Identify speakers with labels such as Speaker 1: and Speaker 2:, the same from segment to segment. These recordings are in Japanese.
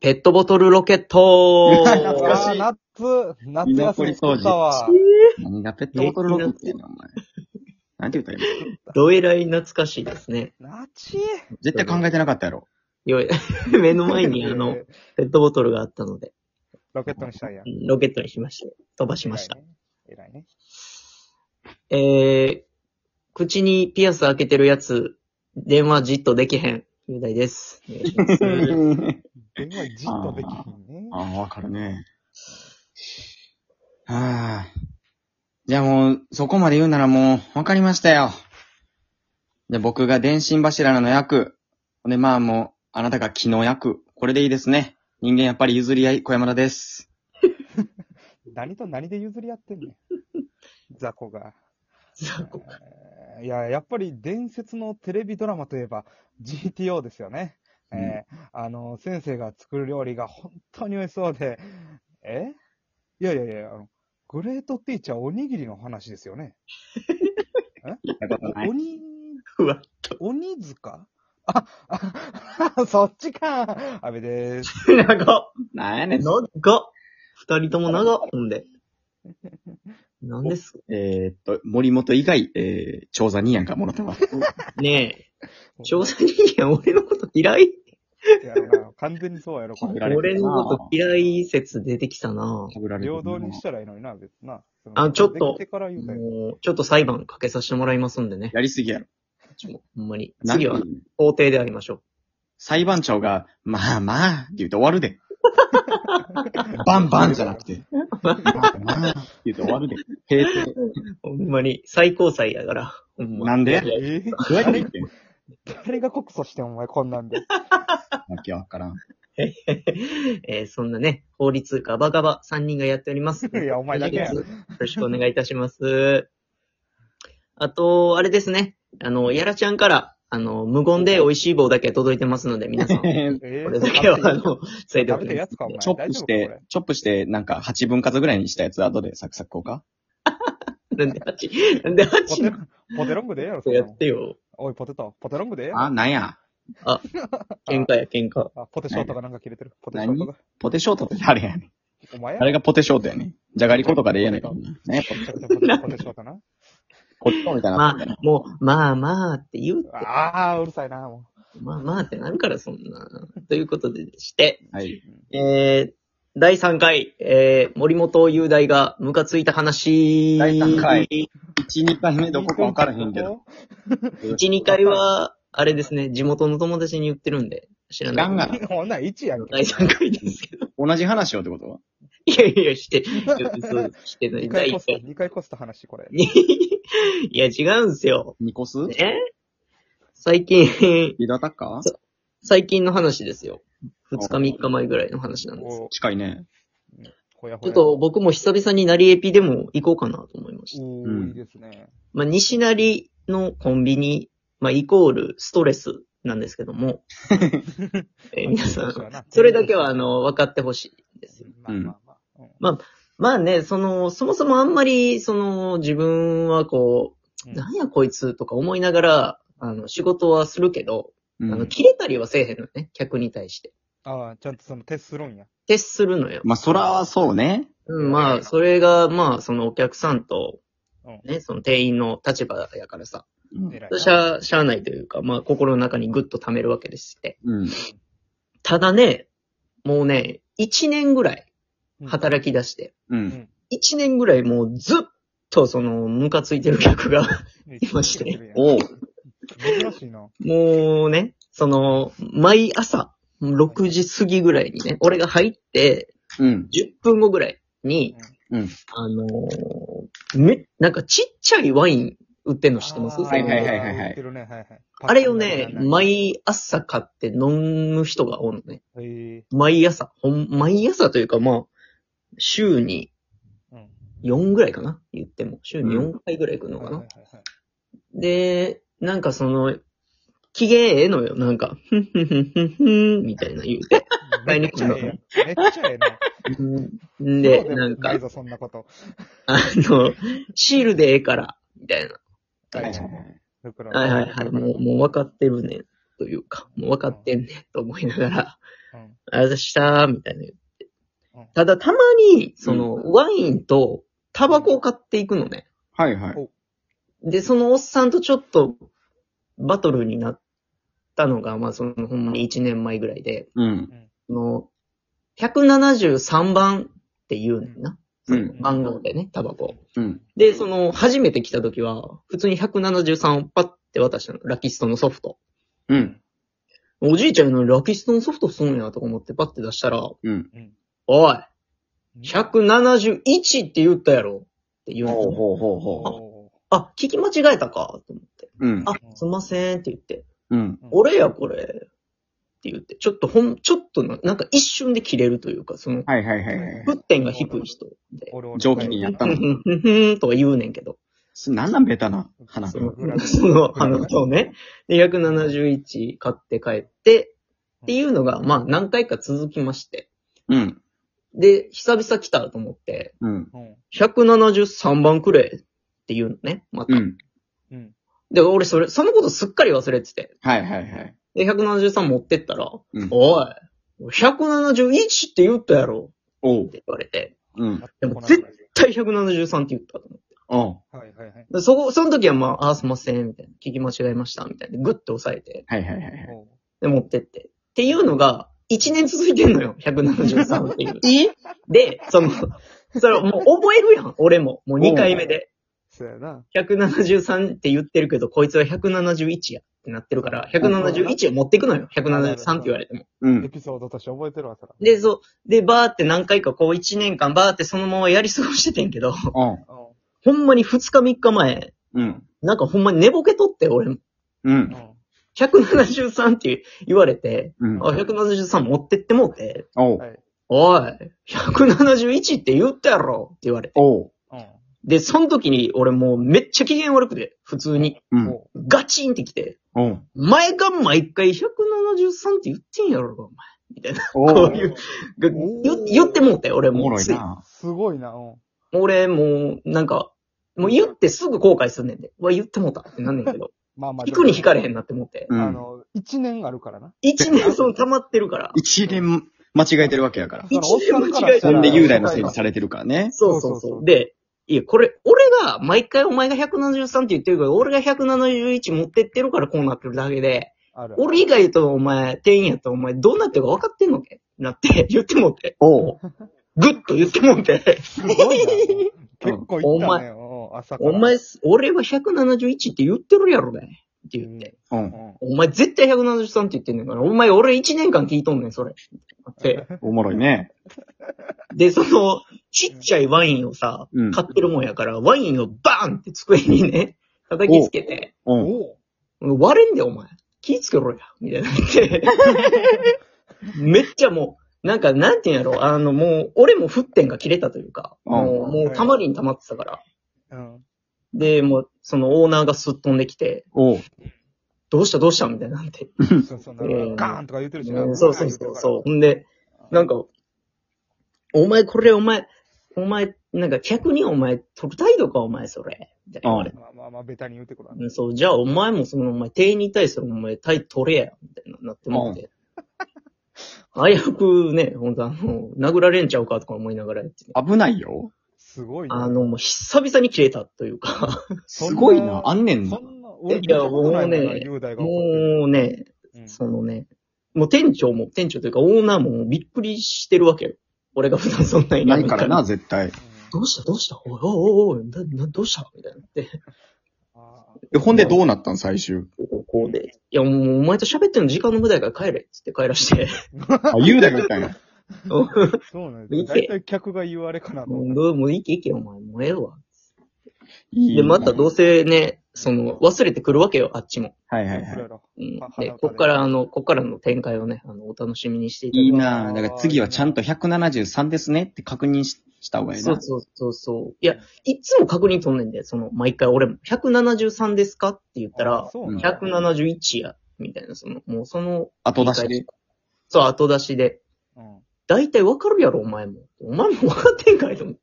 Speaker 1: ペットボトルロケット
Speaker 2: 懐かしい
Speaker 3: あー夏、夏休み作ったわ。
Speaker 2: 何がペットボトルロケットやねん、お前。なんて言ったら今。
Speaker 1: どえらい懐かしいですね。
Speaker 3: なち
Speaker 2: 絶対考えてなかったやろ。
Speaker 1: よい 目の前にあ の、ペットボトルがあったので、
Speaker 3: ロケットにしたんや
Speaker 1: う。んロケットにしまして、飛ばしました。
Speaker 3: 偉いね。
Speaker 1: えー、口にピアス開けてるやつ、電話じっとできへん。雄大です。お願いします
Speaker 3: 偉いね。電話じっとできひんね。
Speaker 2: ああ、わかるね。はあ。じゃあもう、そこまで言うならもう、わかりましたよ。じゃあ僕が電信柱の役。で、まあもう、あなたが気の役。これでいいですね。人間やっぱり譲り合い、小山田です。
Speaker 3: 何と何で譲り合ってんねん。雑魚が。
Speaker 1: さあこ
Speaker 3: えーいや、やっぱり伝説のテレビドラマといえば GTO ですよね。
Speaker 2: うん
Speaker 3: えーあの、先生が作る料理が本当に美味しそうで、えいやいやいや、あの、グレートティーチャーおにぎりの話ですよね。鬼、
Speaker 1: ふわっと。
Speaker 3: 鬼塚あ、 あ、そっちか。安部です。
Speaker 1: 長っ。
Speaker 2: なんやねん。
Speaker 1: 長っ。二人とも長っ。ほんで。なんです
Speaker 2: えーっと、森本以外、えー、長座にやんかもらったわ。
Speaker 1: ねえ。調査人間俺のこと嫌い
Speaker 3: いやいや 完全にそうやろ、これ。
Speaker 2: られてる
Speaker 1: 俺
Speaker 2: な
Speaker 1: のこと嫌い説出てきたな
Speaker 2: 食べられてるな
Speaker 3: 平等にしたらいいのにな、別にな。その
Speaker 1: あちょっと
Speaker 3: できてから言うたらいい
Speaker 1: もう、ちょっと裁判かけさせてもらいますんでね。
Speaker 2: やりすぎやろ。
Speaker 1: ほんまに。
Speaker 2: なん
Speaker 1: 次
Speaker 2: て
Speaker 1: は法廷でありましょう。
Speaker 2: 裁判長が、まあまあ、って言うと終わるで。 バンバンじゃなくて。まあまあ、って言うと終わるで。平定。
Speaker 1: ほんまに、最高裁やから。ほんま
Speaker 2: なんで
Speaker 1: いや
Speaker 3: えー
Speaker 2: どうやって言ってんの
Speaker 3: 誰が告訴してんお前こんなんで。
Speaker 2: わけわ からん。
Speaker 1: えーそんなね、法律ガバガバ3人がやっております。
Speaker 3: いやお前だけや
Speaker 1: よろしくお願いいたします。あと、あれですね。あの、やらちゃんから、あの、無言で美味しい棒だけ届いてますので、皆さん、こ
Speaker 2: チ
Speaker 3: え
Speaker 1: れだけは、あの、ついてお
Speaker 3: 食
Speaker 1: きま
Speaker 3: べた
Speaker 1: す
Speaker 3: やつか、お
Speaker 2: ョッ
Speaker 3: 前。
Speaker 2: プし
Speaker 3: 大丈夫か
Speaker 2: て、チョップして、なんか8分割ぐらいにしたやつ後でサクサクこうか
Speaker 1: なんで8、なんで
Speaker 3: これ
Speaker 1: 8
Speaker 3: ポテポテロングでええやろ、そんな
Speaker 1: や
Speaker 3: の
Speaker 1: ってよ。
Speaker 3: おい、ポテト。ポテロングでええやろ。
Speaker 2: あ、なんや。
Speaker 1: 喧嘩や、喧嘩。
Speaker 3: あ、ポテショートがなんか切れてる。ポテショートが。
Speaker 2: ポテショートって誰やねん。
Speaker 3: お前や
Speaker 2: あれがポテショートやねん。じゃがりことかでええやねんか。ね
Speaker 3: ポテショートポテショートな。
Speaker 2: ポテトみたいな。
Speaker 1: まあ、もう、まあまあって言うって、
Speaker 3: ああ、うるさいな、も
Speaker 1: まあまあってなるから、そんな。ということでして、
Speaker 2: はい。
Speaker 1: えー、第3回、えー、森本雄大がムカついた話。
Speaker 2: 第三回。1、2回目どこかわからへんけど。。
Speaker 1: 1、2回は、あれですね、地元の友達に言ってるんで、知ら
Speaker 2: 知
Speaker 1: な
Speaker 2: ら
Speaker 1: い。
Speaker 2: んがな。
Speaker 3: ほんなら1やんけ。
Speaker 1: 第3回ですけど。
Speaker 2: 同じ話をってこと
Speaker 1: いやいや、して、そうしてない。
Speaker 3: 2
Speaker 1: 第
Speaker 3: 回
Speaker 1: 1
Speaker 3: コスト、
Speaker 1: 回。
Speaker 3: 2回コスト話、これ。
Speaker 1: いや、違うんすよ。
Speaker 2: ニコス
Speaker 1: え最近、
Speaker 2: リードアタッカー
Speaker 1: 最近の話ですよ。2日3日前ぐらいの話なんです。
Speaker 3: お
Speaker 2: 近いね。
Speaker 3: ほやほ
Speaker 1: ちょ
Speaker 3: や。
Speaker 1: っと、僕も久々に成りエピでも行こうかなと思いました。
Speaker 3: お
Speaker 2: う
Speaker 3: ー、
Speaker 2: ん
Speaker 3: いいですね。
Speaker 1: まあ、西成のコンビニ、まあ、イコールストレスなんですけども、えー皆さん、
Speaker 3: ん
Speaker 1: それだけは、あ、の、分かってほしいですよ。
Speaker 3: まあまあまあ。うん
Speaker 1: まあね、その、そもそもあんまり、その、自分はこう、
Speaker 3: うん
Speaker 1: なんやこいつとか思いながら、あの、仕事はするけど、
Speaker 2: う
Speaker 1: あの、
Speaker 2: ん。
Speaker 1: 切れたりはせえへんのね、客に対して。
Speaker 3: ああ、ちゃんとそのテストするんや。
Speaker 1: 徹するのよ。
Speaker 2: まあ、そら、そうね。
Speaker 1: うん、まあ、それが、まあ、そのお客さんと、
Speaker 3: うん。
Speaker 1: ね、その店員の立場やからさ、
Speaker 2: うん
Speaker 3: 偉いな。
Speaker 1: しゃあ、しゃあないというか、まあ、心の中にぐっと溜めるわけですって。
Speaker 2: うん。
Speaker 1: ただね、もうね、1年ぐらい
Speaker 3: うん
Speaker 1: 働き出して、
Speaker 2: うん。
Speaker 1: 1年ぐらいもうずっと、その、ムカついてる客が、 いまして
Speaker 2: おう。
Speaker 3: 珍しいな。
Speaker 1: もうね、その、毎朝、6時過ぎぐらいにね、俺が入って、
Speaker 2: うん。
Speaker 1: 10分後ぐらいに、
Speaker 2: うん。
Speaker 1: あのーめ、なんかちっちゃいワイン売ってんの知ってます
Speaker 3: あー
Speaker 2: はいはいはいはいはい
Speaker 3: 売ってるねはいはい
Speaker 1: あれをね、
Speaker 3: 毎、
Speaker 1: 毎朝買って飲む人がおるのね。
Speaker 3: え
Speaker 1: 毎朝。ほん、毎朝というかまあ、週に
Speaker 3: ーうん
Speaker 1: 4ぐらいかな言っても。週に
Speaker 2: うん
Speaker 1: 4回ぐらい行くのかな、
Speaker 3: はいはいはい
Speaker 1: で、なんかその、機嫌ええのよ。なんか、ふんふんふんふんふん、みたいな言うて。
Speaker 3: はいめっちゃええやんめっちゃええな。
Speaker 1: ん
Speaker 3: そう
Speaker 1: で、
Speaker 3: も
Speaker 1: なんか
Speaker 3: ない、ぞ、そんなこと。
Speaker 1: あの、シールでええから、みたいな。
Speaker 2: はいは
Speaker 3: は
Speaker 2: い
Speaker 3: い
Speaker 2: は
Speaker 3: はい
Speaker 2: い。
Speaker 3: 袋
Speaker 1: はいはいはい。もう、もう分かってるねん。というか、もう分かってんねんと思いながら、
Speaker 3: うん。
Speaker 1: あれしたみたいな言って
Speaker 3: うん。
Speaker 1: ただ、たまに、その、ワインとタバコを買っていくのね。
Speaker 2: はいはい。
Speaker 1: で、そのおっさんとちょっと、バトルになったのが、まあ、その、ほんまに1年前ぐらいで、
Speaker 2: うん。
Speaker 1: その、173番って言うねんな。
Speaker 2: う
Speaker 1: そ
Speaker 2: ん
Speaker 1: の番号でね、タバコ。
Speaker 2: うん。
Speaker 1: で、その、初めて来た時は、普通に173をパッて渡したの。ラキストのソフト。
Speaker 2: うん。
Speaker 1: おじいちゃんのラキストのソフトすんのやと思ってパッて出したら、
Speaker 2: うん。
Speaker 3: うん。
Speaker 1: おい、171って言ったやろって言う
Speaker 2: ほう
Speaker 1: の。
Speaker 2: ほうほうほ
Speaker 3: お
Speaker 1: あ、聞き間違えたかと思って。
Speaker 2: う。うん。
Speaker 1: あ、すいませんって言って。
Speaker 2: うん。
Speaker 3: ー
Speaker 1: 俺やこれ。って言って。ちょっとほん、ちょっとな、なんか一瞬で切れるというか、その、
Speaker 2: はいはいはいはい。
Speaker 1: 沸点が低い人で。
Speaker 3: 俺俺
Speaker 2: 上気にやった
Speaker 1: ふん
Speaker 2: の
Speaker 1: ふ。んふんふんとは言うねんけど。
Speaker 2: すなんなんベタな花
Speaker 1: そ
Speaker 2: 火。
Speaker 1: の
Speaker 3: グラ、フ
Speaker 1: その花札をね。で、171買って帰って、っていうのが、まあ何回か続きまして。
Speaker 2: うん。
Speaker 1: で、久々来たと思って、
Speaker 2: うん。
Speaker 3: うん。
Speaker 1: 173番くれって言うのね、また。
Speaker 2: うん。
Speaker 3: うん。
Speaker 1: で、俺それ、そのことすっかり忘れてて。
Speaker 2: はいはいはい。
Speaker 1: で、173持ってったら、
Speaker 2: うん
Speaker 1: おい、171って言ったやろ
Speaker 2: お
Speaker 1: っ
Speaker 2: う。
Speaker 1: て言われて、
Speaker 2: うん。
Speaker 1: でも絶対173って言ったと思って。
Speaker 2: おう。
Speaker 3: はいはいはい。
Speaker 1: でそこ、その時はまあ、あーすいません、みたいな。聞き間違えました、みたいな。グッて押さえて、
Speaker 2: はいはいはいはい。
Speaker 3: おう
Speaker 1: で、持ってって。っていうのが、1年続いてんのよ、173っていう。
Speaker 2: え
Speaker 1: で、その、それをもう覚えるやん、俺も。もう2回目で。
Speaker 3: そうやな。
Speaker 1: 173って言ってるけど、こいつは171やってなってるから、171を持ってくのよ。173って言われても。
Speaker 2: う
Speaker 3: エ
Speaker 2: ん。
Speaker 3: ピソードとして覚えてるわ、そら。
Speaker 1: で、そう、で、バーって何回かこう1年間バーってそのままやり過ごしててんけど、
Speaker 2: おう。
Speaker 3: おう
Speaker 1: ほんまに2日3日前、
Speaker 2: うん。
Speaker 1: なんかほんまに寝ぼけとって、俺も。
Speaker 2: う。
Speaker 3: うんん。
Speaker 1: 173って言われて、
Speaker 2: うん
Speaker 1: あ、。173持ってってもうて、
Speaker 2: おう
Speaker 3: はい。
Speaker 1: おい、171って言ったやろって言われて。
Speaker 2: おう。
Speaker 3: うん。
Speaker 1: で、その時に俺もうめっちゃ機嫌悪くて、普通に。
Speaker 2: うん。
Speaker 3: おう
Speaker 1: ガチンってきて、
Speaker 2: おう。
Speaker 1: 前が毎回173って言ってんやろ、お
Speaker 2: お
Speaker 1: こ
Speaker 2: う
Speaker 1: う。いう前。が
Speaker 3: おー
Speaker 1: 言言ってもうて、俺
Speaker 2: おも
Speaker 1: も
Speaker 2: ろ
Speaker 1: う
Speaker 2: い
Speaker 1: つい。
Speaker 2: な。
Speaker 3: すごいな、うん。
Speaker 1: 俺もう、なんか、もう言ってすぐ後悔すんねんで。うわ、言ってもうたってなんねんけ ど。
Speaker 3: まあまあ。
Speaker 1: 行くに惹かれ
Speaker 3: ん。
Speaker 1: へんなって思って
Speaker 2: う。
Speaker 3: あ
Speaker 2: ん。
Speaker 3: の、一年あるからな。
Speaker 1: 一年その溜まってるから。
Speaker 2: 一連間違えてるわけやから。
Speaker 1: 一年間違えた
Speaker 2: そ
Speaker 1: ら
Speaker 2: んで雄大のせい
Speaker 3: 成
Speaker 2: にされてるからね。
Speaker 1: そうそう
Speaker 3: そうそう
Speaker 1: そ。
Speaker 3: そうう
Speaker 1: で、いや、これ、俺が、毎回お前が173って言ってるから、俺が171持ってってるからこうなってるだけで、
Speaker 3: ある。
Speaker 1: 俺以外とお前、店員やとお前、どうなってるか分かってんのけなって、 言ってもって。
Speaker 2: おう。
Speaker 1: ぐっと言ってもって。
Speaker 3: すごいな。結構行ったね、うん朝から。
Speaker 1: お前、俺は171って言ってるやろね。って言って。
Speaker 2: お
Speaker 3: う。
Speaker 2: うん
Speaker 1: お前絶対173って言ってんねんから、お前俺1年間聞いとんねん、それ。って。
Speaker 2: おもろいね。
Speaker 1: で、その、ちっちゃいワインをさ、
Speaker 2: うん
Speaker 1: 買ってるもんやから、ワインをバーンって机に ね、叩きつけて、
Speaker 2: おう。
Speaker 3: おう
Speaker 1: 割れんでお前。気ぃつけろや。み たいな言って。めっちゃもう、なんか、なんていうんやろ。あの、もう、俺も沸点が切れたというか、
Speaker 2: うん
Speaker 1: もう、もう溜まりに溜まってたから。
Speaker 3: うん。
Speaker 1: で、もう、そのオーナーがすっ飛んできて、
Speaker 2: おう。
Speaker 1: どうしたどうしたみたいになんて。
Speaker 3: そうそう、
Speaker 1: えー
Speaker 3: ガーンとか言ってるしな。
Speaker 1: うんそうそうそう。そう
Speaker 3: う。
Speaker 1: ほんで、なんか、お前これお前、お前、なんか客にお前取る態度かお前それ。みたいな言われて
Speaker 3: まあまあまあ、ベタに言うてくるわ
Speaker 1: うんそう、じゃあお前もその、お前、店員に対してお前、態取れや、みたいな、なってもって。あやくね、ほんとあの、殴られんちゃうかとか思いながらやってね、
Speaker 2: 危ないよ。
Speaker 3: すごいな。
Speaker 1: あの、もう久々に切れたというか、
Speaker 2: すごいな。あんねん
Speaker 3: そ
Speaker 2: の。
Speaker 3: んな、俺
Speaker 1: い
Speaker 3: 見
Speaker 1: や
Speaker 3: たことないもん
Speaker 1: もう
Speaker 3: な、
Speaker 1: ね
Speaker 3: 雄大が怒ってる。
Speaker 1: もうね、
Speaker 3: うん
Speaker 1: そのね、もう店長も、店長というかオーナーももうびっくりしてるわけよ。俺が普段そんなに
Speaker 2: ないからな、。絶対。
Speaker 1: どうしたどうしたおいおいおいおい、な、な、どうしたみたいになって。
Speaker 3: ああ
Speaker 2: えほんでどうなったん最終。
Speaker 1: こうこうで。いや、もうお前と喋ってるの時間の無駄やから帰れっつって帰らして。
Speaker 2: あ、雄大が言ったんや。
Speaker 3: そうなん
Speaker 1: 見
Speaker 3: です。
Speaker 1: て
Speaker 3: 大体客が言われかなと
Speaker 1: も
Speaker 3: 思
Speaker 1: う
Speaker 3: った。
Speaker 1: どう、もういけいけお前、もうええわ。
Speaker 2: いい
Speaker 1: で、またどうせね、その、忘れてくるわけよ、あっちも。
Speaker 2: はいはい
Speaker 3: い
Speaker 2: は
Speaker 3: ろい
Speaker 2: い。
Speaker 1: う
Speaker 3: ろ
Speaker 1: ん
Speaker 3: あ。
Speaker 1: で、
Speaker 3: 裸で
Speaker 1: こっから、あの、こっからの展開をね、あの、お楽しみにしていただ
Speaker 2: い
Speaker 1: き
Speaker 2: いなぁ。だから次はちゃんと173ですねって確認しした方がいい
Speaker 1: そ
Speaker 2: な
Speaker 1: う。そうそうそう。いや、いつも確認取んねんで、その、毎回俺も、173ですかって言ったら、
Speaker 3: そうなんだ
Speaker 1: 171や、みたいな、その、もうその、
Speaker 2: 後出しで。
Speaker 1: そう、後出しで、
Speaker 3: うん
Speaker 1: だいたいわかるやろ、お前も。お前も分かってんかいと思って。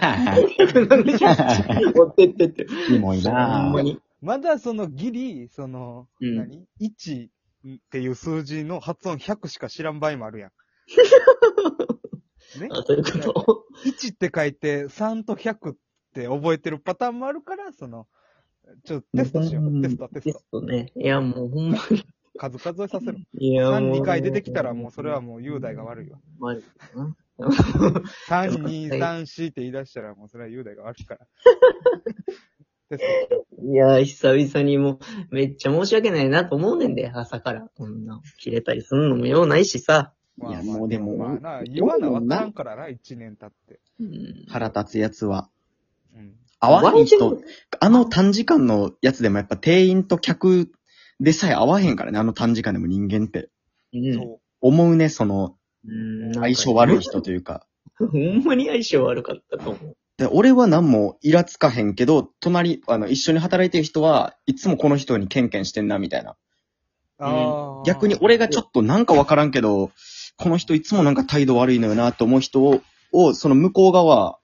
Speaker 1: 171持って ってって。
Speaker 2: キモい
Speaker 1: ほん
Speaker 2: な
Speaker 1: ま
Speaker 2: ぁ。
Speaker 1: に。
Speaker 3: まだそのギリ、その、
Speaker 1: うん
Speaker 3: 何 ?1 っていう数字の発音100しか知らん場合もあるやん。ね
Speaker 1: あ、ということ。
Speaker 3: 1って書いて、3と100って覚えてるパターンもあるから、その、ちょっとテストしよう。テスト、テスト。
Speaker 1: ね。いや、もうほんまに。
Speaker 3: 数数えさせる。
Speaker 1: いや、
Speaker 3: 3、
Speaker 1: もう。
Speaker 3: 2回出てきたら、もうそれはもう雄大が悪いわ。
Speaker 1: まあ。な
Speaker 3: 3、2、3、4って言い出したら、もうそれは雄大が悪いから。テストしよ
Speaker 1: いや、久々にもう、めっちゃ申し訳ないなと思うねんで、朝から。こんな、切れたりするのもようないしさ。
Speaker 3: う。まあ
Speaker 2: いやもうでも
Speaker 3: まあな、言わなわからんからな、1年経って。
Speaker 1: うん
Speaker 2: 腹立つやつは。
Speaker 3: うん。
Speaker 2: 合わへん
Speaker 1: 合わへ
Speaker 2: 人、あの短時間のやつでもやっぱ店員と客でさえ合わへんからね、あの短時間でも人間って。
Speaker 1: うん。
Speaker 3: そ
Speaker 2: 思うね、その、
Speaker 1: うん
Speaker 2: 相性悪い。
Speaker 1: なんか
Speaker 2: 人というか。
Speaker 1: ほんまに相性悪かったと思う。
Speaker 2: で俺は何もイラつかへんけど、隣、あの、一緒に働いてる人はいつもこの人にケンケンしてんな、みたいな。
Speaker 3: う。ああ。
Speaker 2: 逆に俺がちょっとなんかわからんけど、この人いつもなんか態度悪いのよな、と思う人を、をその向こう側、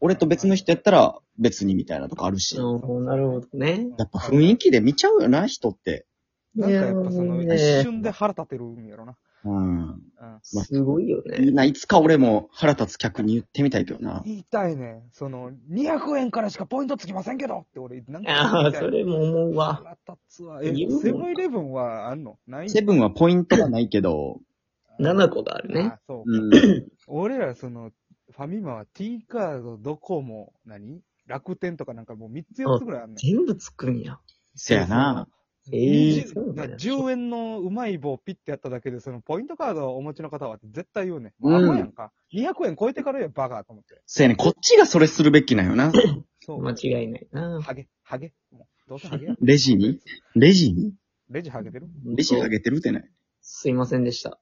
Speaker 2: 俺と別の人やったら別にみたいなとかあるし。や
Speaker 1: うんなるほどね。
Speaker 2: っぱ雰囲気で見ちゃうよな、人って。
Speaker 3: なんかやっぱその、
Speaker 1: いやーね
Speaker 3: 一瞬で腹立てるんやろな。
Speaker 2: うん。
Speaker 3: うん。
Speaker 1: すごいよね。
Speaker 2: いいな、いつか俺も腹立つ客に言ってみたいけどな。
Speaker 3: 言いたいね。その、200円からしかポイントつきませんけどって俺、なんか
Speaker 1: あ
Speaker 3: 言い
Speaker 1: あ、
Speaker 3: たい。
Speaker 1: それも思うわ。
Speaker 3: 腹立つわ。え、
Speaker 1: 言うもんか
Speaker 3: セブンイレブンはあんのない
Speaker 2: セブンはポイントがないけど、
Speaker 1: 7個があるね。
Speaker 3: あ、そう。
Speaker 2: うん。
Speaker 3: 俺ら、その、ファミマは T カード、ドコモ、何楽天とかなんかもう3つ4つぐらいあんねん。
Speaker 1: 全部つくんや。
Speaker 2: せやな。
Speaker 1: ええ
Speaker 3: 20
Speaker 1: そうなんや
Speaker 3: 10円のうまい棒ピッてやっただけで、そのポイントカードをお持ちの方は絶対言うね。
Speaker 2: うん
Speaker 3: あ、うやんか。200円超えてからやバカと思って。
Speaker 2: せやね、こっちがそれするべきなんよな。
Speaker 3: そう。
Speaker 1: 間違いないな。
Speaker 3: ハゲ、ハゲ。もうどうせハゲやん
Speaker 2: レジにレジに
Speaker 3: レジハゲてる
Speaker 2: レジ上げてるってない。
Speaker 1: すいませんでした。